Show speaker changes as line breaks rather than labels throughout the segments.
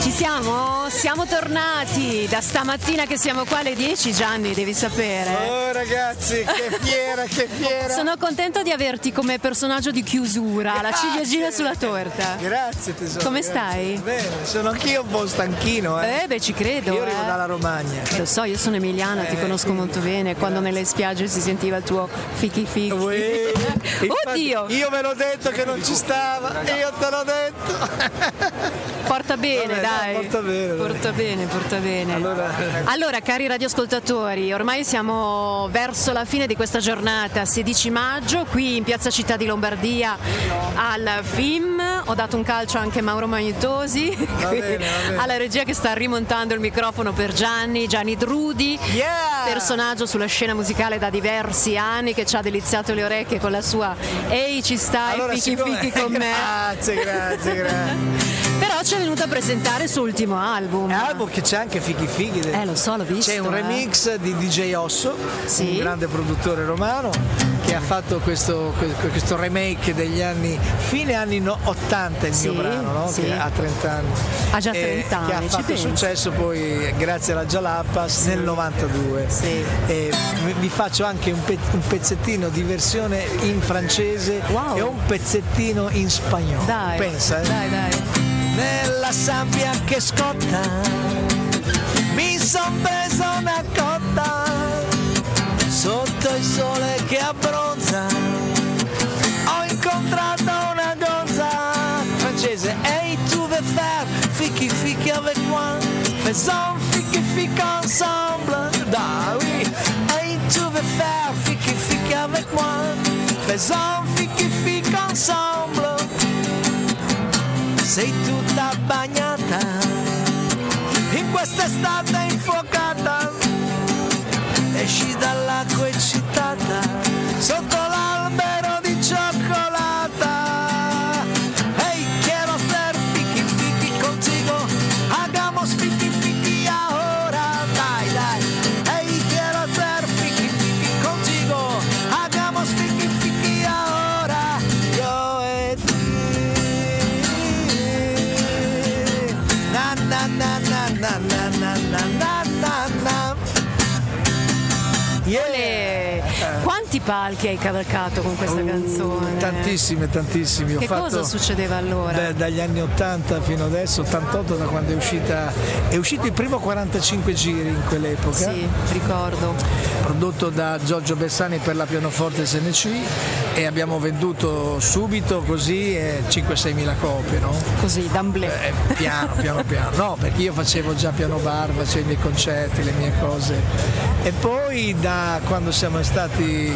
Ci siamo? Siamo tornati da stamattina che siamo qua alle 10 Gianni, devi sapere.
Oh ragazzi, che fiera, che fiera.
Sono contento di averti come personaggio di chiusura, la ciliegina sulla torta.
Grazie tesoro.
Come
grazie.
stai?
Bene, sono anch'io un po' stanchino, eh.
Eh beh ci credo.
Io arrivo
eh.
dalla Romagna.
Lo so, io sono emiliana, ti
Eh,
conosco
quindi,
molto bene. Quando nelle spiagge si sentiva il tuo fichi fichi.
Uè, infatti,
Oddio,
Io ve l'ho detto che non ci stava, io te l'ho detto!
porta bene,
Vabbè,
dai.
no, porta bene, dai.
Porta bene, porta bene.
Allora,
Allora, cari radioascoltatori, ormai siamo verso la fine di questa giornata, 16 maggio, qui in Piazza Città di Lombardia al FIM. Ho dato un calcio anche a Mauro Magnetosi, qui
bene, va bene.
alla regia che sta rimontando il microfono per Gianni, Gianni Drudi.
yeah!
Personaggio sulla scena musicale da diversi anni che ci ha deliziato le orecchie con la sua Ehi ci stai,
allora,
fichi
siccome-
fichi con me.
Grazie, grazie, grazie.
Però ci è venuto a presentare il suo ultimo album.
È un album che c'è anche fighi fighi. dentro.
Eh, lo so, l'ho visto.
C'è un
eh.
remix di DJ Osso,
Sì.
un grande produttore romano, che ha fatto questo, que- questo remake degli anni, fine anni no- 80 il
Sì,
mio brano, no?
sì.
che ha 30 anni.
Ha già
E
30
Che
anni,
ha
ci
fatto
pensi?
successo poi grazie alla Jalapas nel 92.
Sì.
E vi- vi faccio anche un, pe- un pezzettino di versione in francese
Wow.
e un pezzettino in spagnolo.
Dai,
Pensa, eh?
dai, dai.
Nella sabbia che scotta mi son preso una cotta sotto il sole che abbronza ho incontrato una gonza francese ehi tu veux faire fichi fichi avec moi faisons fichi fichi ensemble da oui ehi tu veux faire fichi fichi avec moi faisons fichi fichi ensemble sei tutta bagnata in quest'estate infuocata esci dall'acqua eccitata sotto l'albero di cioccolata ehi quiero ser fichi fichi contigo hagamos fichi fichi ahora dai dai ehi quiero ser fichi fichi contigo hagamos fichi fichi ahora yo e te na na na na na na na na na na na Yeah.
Eh, Quanti palchi hai cavalcato con questa canzone?
Tantissime, tantissime. Mm, Ho
Che
fatto
cosa succedeva allora?
da- dagli anni 80 fino adesso, 88 da quando è uscita. È uscito il primo 45 giri in quell'epoca,
Sì, ricordo.
prodotto da Giorgio Bersani per la pianoforte SNC e abbiamo venduto subito così eh, 5-6 mila copie, no?
Così, d'amblè.
Eh, piano, piano, piano. No, perché io facevo già piano bar, facevo i miei concerti, le mie cose. E poi da quando siamo stati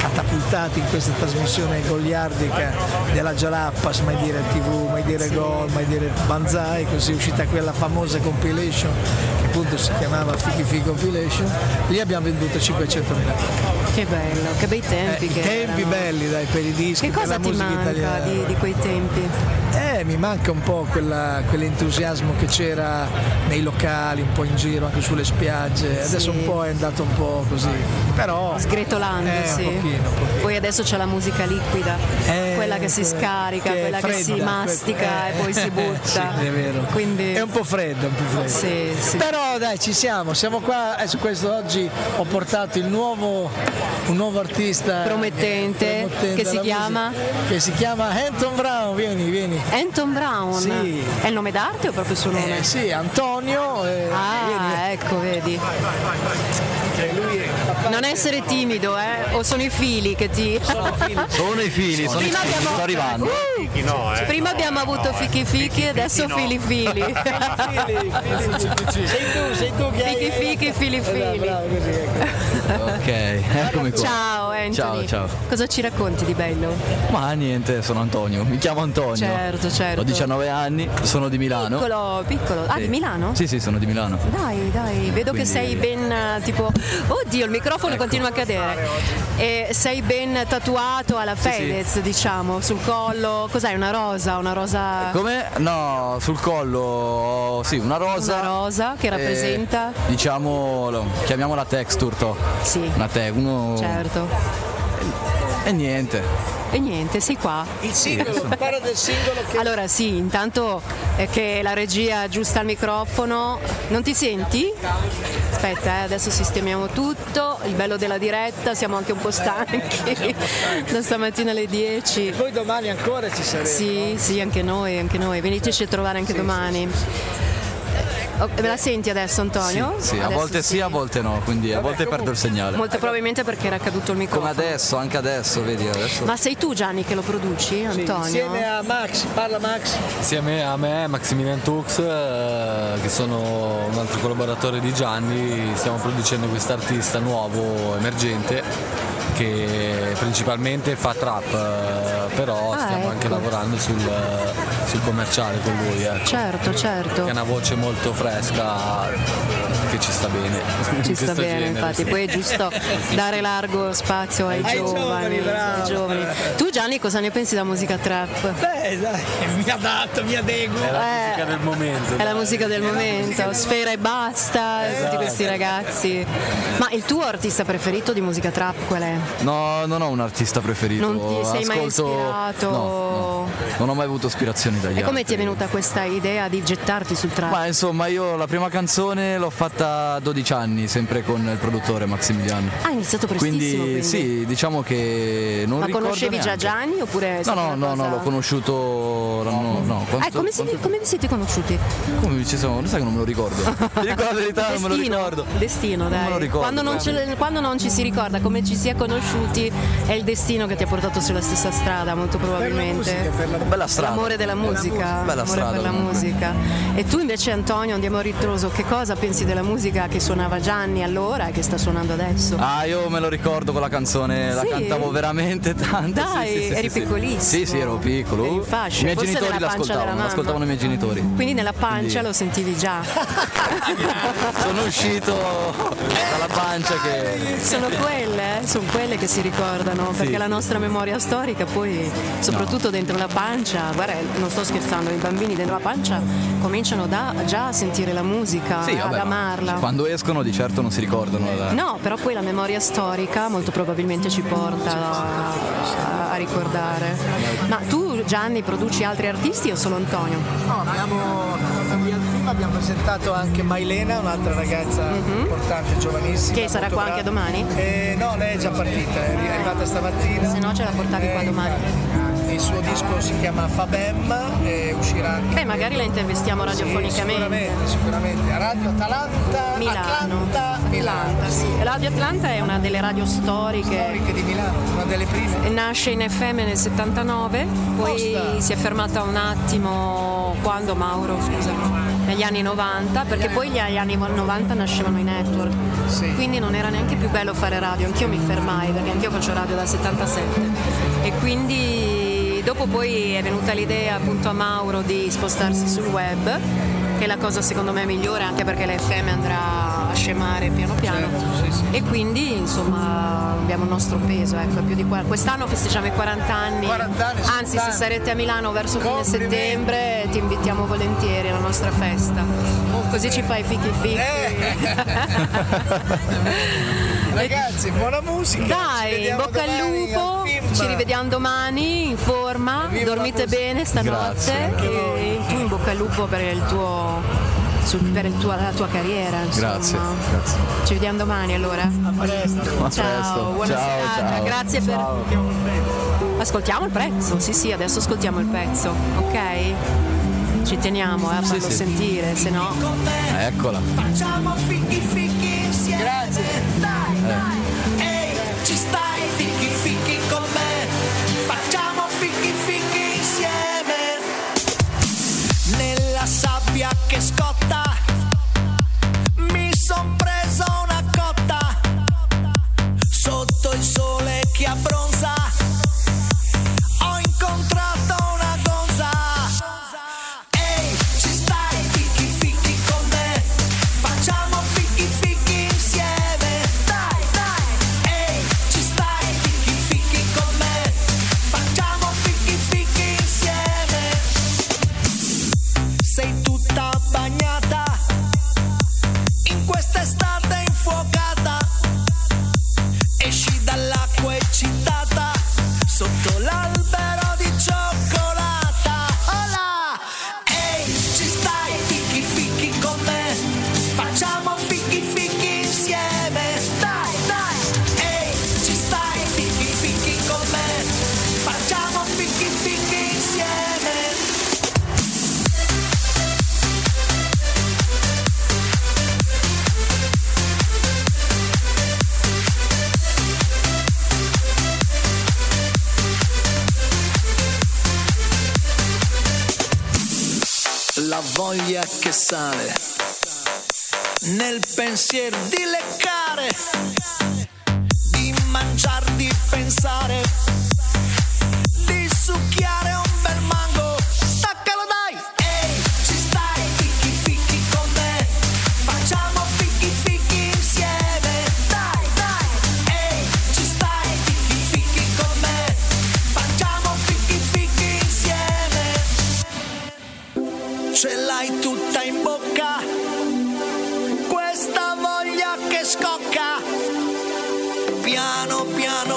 catapultati in questa trasmissione goliardica della Jalappas, mai dire TV, mai dire Gol, mai dire Banzai, così è uscita quella famosa compilation che appunto si chiamava Fighi Fighi Compilation, lì abbiamo venduto 500.000 copie.
Che bello, che bei tempi.
Eh, I
che
tempi
erano.
belli dai per i dischi,
Che
per
cosa
la
ti
musica
manca
italiana.
di, di quei tempi?
Eh, mi manca un po' quella- quell'entusiasmo che c'era nei locali, un po' in giro, anche sulle spiagge. Adesso un po' è andato un po' così. Però.
Sgretolando,
Eh,
sì.
Un pochino, un pochino.
Poi adesso c'è la musica liquida,
Eh,
quella che si
quella-
scarica,
che è
quella che si
fredda,
mastica
quella-
e poi si
eh,
butta.
sì, è vero.
Quindi,
È un po' freddo, un po' freddo.
sì, sì.
Però dai, ci siamo, siamo qua e su questo oggi ho portato il nuovo, un nuovo artista
Promettente, che si
alla
chiama?
musica, che si chiama Anton Brown, vieni, vieni.
Anton Brown
Sì.
è il nome d'arte o proprio il suo nome?
Eh, sì, Antonio, eh, vieni.
Ah, ecco, vedi.
Cioè, lui è-
Non essere timido, eh? O sono i fili che ti.
Sono i fili, sono i
Prima
fili,
abbiamo-
sto arrivando.
Uh! Prima abbiamo
eh.
avuto fichi fichi, adesso fili fili.
Sei tu, sei tu che
Fichi fichi, fili
Esatto,
fili. ecco.
Ok, eccomi qua.
Ciao Anthony.
Ciao, ciao.
Cosa ci racconti di bello?
Ma niente, sono Antonio, mi chiamo Antonio.
Certo, certo.
Ho 19 anni, sono di Milano.
Piccolo, piccolo. Ah,
Sì.
di Milano?
Sì, sì, sono di Milano.
Dai, dai, vedo che
Quindi-
sei ben eh, tipo. Oddio, il microfono
Ecco.
continua a cadere. E sei ben tatuato alla Fedez, diciamo, sul collo. Cos'hai? Una rosa? Una rosa.
Come? No, sul collo ho, sì, una rosa.
Una rosa che
eh,
rappresenta?
diciamo, lo- chiamiamola texture, to.
Sì.
Una te, uno
Certo.
E niente.
E niente, sei qua.
Il singolo, parla del singolo che...
Allora sì, intanto è che la regia aggiusta il microfono. Non ti senti? Aspetta, eh, adesso sistemiamo tutto. Il bello della diretta, siamo anche un po' stanchi. Da stamattina alle 10.
Poi domani ancora ci saremo.
Sì, sì, anche noi, anche noi. Veniteci a trovare anche domani. Oh, Me la senti adesso Antonio?
Sì, a
Adesso
volte sì, a volte no, quindi a volte perdo il segnale.
Molto probabilmente perché era caduto il
Come
microfono.
adesso, anche adesso, vedi adesso.
Ma sei tu Gianni che lo produci, Antonio?
Insieme a Max, parla Max.
Insieme a me, Maximilian Tux, eh, che sono un altro collaboratore di Gianni, stiamo producendo quest'artista nuovo, emergente, che principalmente fa trap, eh, però
Ah,
stiamo anche
ecco.
lavorando sul, eh, sul commerciale con lui. ecco.
Certo, certo.
Che è una voce molto fresca che ci sta bene. in
Ci
questo
sta bene,
genere,
infatti,
sì.
poi è giusto dare largo spazio ai,
Ai giovani, bravo.
ai giovani. Tu Gianni cosa ne pensi della musica trap?
Beh, dai, mi adatto, mi adeguo.
È la
Eh,
musica del momento.
È la musica del momento, sfera e basta, eh, tutti questi ragazzi. Ma il tuo artista preferito di musica trap qual è?
No, non ho un artista preferito.
Non ti sei mai
Ascolto-
ispirato?
No, no. Non ho mai avuto ispirazioni dagli
E come ti è
altri.
venuta questa idea di gettarti sul trap?
Ma insomma, io la prima canzone l'ho fatta a 12 anni, sempre con il produttore Maximiliano.
Ah, hai iniziato
Quindi,
prestissimo, quindi.
sì, diciamo che non
Ma
ricordo
conoscevi già
neanche.
Gianni oppure è
No,
stata
no,
una
no, no,
cosa-
l'ho conosciuto l'anno. No, quanto,
Eh, come, siete-
quanto-
come vi siete conosciuti?
come ci siamo? Non sai che non me lo ricordo. Ti dico la verità, non me lo ricordo.
Destino, dai.
me lo ricordo, eh.
quando, non
dai.
ce- quando non ci si ricorda come ci si è conosciuti, è il destino che ti ha portato sulla stessa strada, molto
Per la musica,
probabilmente.
per la
Bella strada.
L'amore della musica,
Bella
l'amore
strada.
per la
comunque.
musica. E tu invece Antonio, andiamo a ritroso, che cosa pensi della musica che suonava Gianni allora e che sta suonando adesso?
Ah, io me lo ricordo quella canzone, la
Sì?
cantavo veramente tanto.
Dai,
sì, sì, sì,
eri
sì, sì.
piccolissimo.
Sì, sì, ero piccolo.
Eri in fascia,
I miei
forse
genitori
nella pancia della
l'ascoltavano,
mamma.
l'ascoltavano i miei genitori.
Quindi nella pancia
Quindi-
lo sentivi già.
Sono uscito dalla pancia che.
Sono quelle, eh, sono quelle che si ricordano, perché la nostra memoria storica poi, soprattutto dentro la pancia, guarda, non sto scherzando, i bambini dentro la pancia cominciano da- già a sentire la musica,
Sì,
ad
vabbè,
amarla.
Quando escono di certo non si ricordano. la-
No, però poi la memoria storica molto probabilmente ci porta a, a ricordare. Ma tu Gianni produci altri artisti o solo Antonio?
No, abbiamo, al film abbiamo presentato anche Mailena, un'altra ragazza importante, giovanissima.
Mhm. Che sarà
molto
qua anche
brava.
domani?
Eh, no, lei è già partita, è arrivata stamattina.
Se no ce la portavi qua
Eh,
domani.
infatti. Il suo disco si chiama Fabem e uscirà anche.
Beh, magari la intervistiamo
Sì,
radiofonicamente.
sicuramente, sicuramente. A Radio Atalanta,
Milano.
Atlanta, Milano.
Sì, Radio Atlanta è una delle radio storiche
Storiche di Milano, una delle prime.
Nasce in FM nel 79, poi
Posta.
si è fermata un attimo quando Mauro, scusa, negli anni 90, perché poi gli anni 90 nascevano i network.
Sì.
Quindi non era neanche più bello fare radio, anch'io mi fermai perché anch'io faccio radio dal 77 e quindi dopo poi è venuta l'idea appunto a Mauro di spostarsi sul web, che è la cosa secondo me migliore anche perché l'FM andrà a scemare piano piano
Certo, sì, sì.
e quindi insomma abbiamo il nostro peso, ecco, più di qua- quest'anno festeggiamo i 40 anni,
40 anni,
anzi
60
se sarete a Milano verso fine
Complimenti.
settembre ti invitiamo volentieri alla nostra festa, così ci fai fichi fichi.
Eh. Ragazzi, buona musica. ci
Dai, in
vediamo
bocca al
domani
lupo,
film.
ci rivediamo domani in forma,
Viva la
dormite
musica.
bene stanotte
Grazie.
e tu in bocca al lupo per, il tuo, sul- per il tuo- la tua carriera. Insomma.
Grazie, grazie.
Ci vediamo domani allora.
A presto.
A
Ciao,
presto.
buona
ciao,
serata,
ciao.
grazie per... Ascoltiamo il pezzo, sì sì, adesso ascoltiamo il pezzo, ok? Ci teniamo eh, a
Sì,
farlo
sì.
sentire, se no...
Eccola.
Facciamo fichi fichi insieme Grazie Dai, dai Ehi, ci stai fichi fichi con me Facciamo fichi fichi insieme Nella sabbia che scotta Mi son preso una cotta Sotto il sole che abbronza Ho incontrato una gonza Ehi, ci stai fichi fichi con me Facciamo fichi fichi insieme Dai, dai Ehi, ci stai fichi fichi con me Facciamo fichi fichi insieme Sei tutta bagnata la voglia che sale nel pensier di leccare, di mangiar, di pensare, di succhiare un bel mango. Staccalo dai! Ehi, ci stai, fichi fichi con me, facciamo fichi fichi insieme. Dai, dai! Ehi, ci stai, fichi fichi con me, facciamo fichi fichi insieme ce l'hai tutta in bocca. Questa voglia che scocca. Piano piano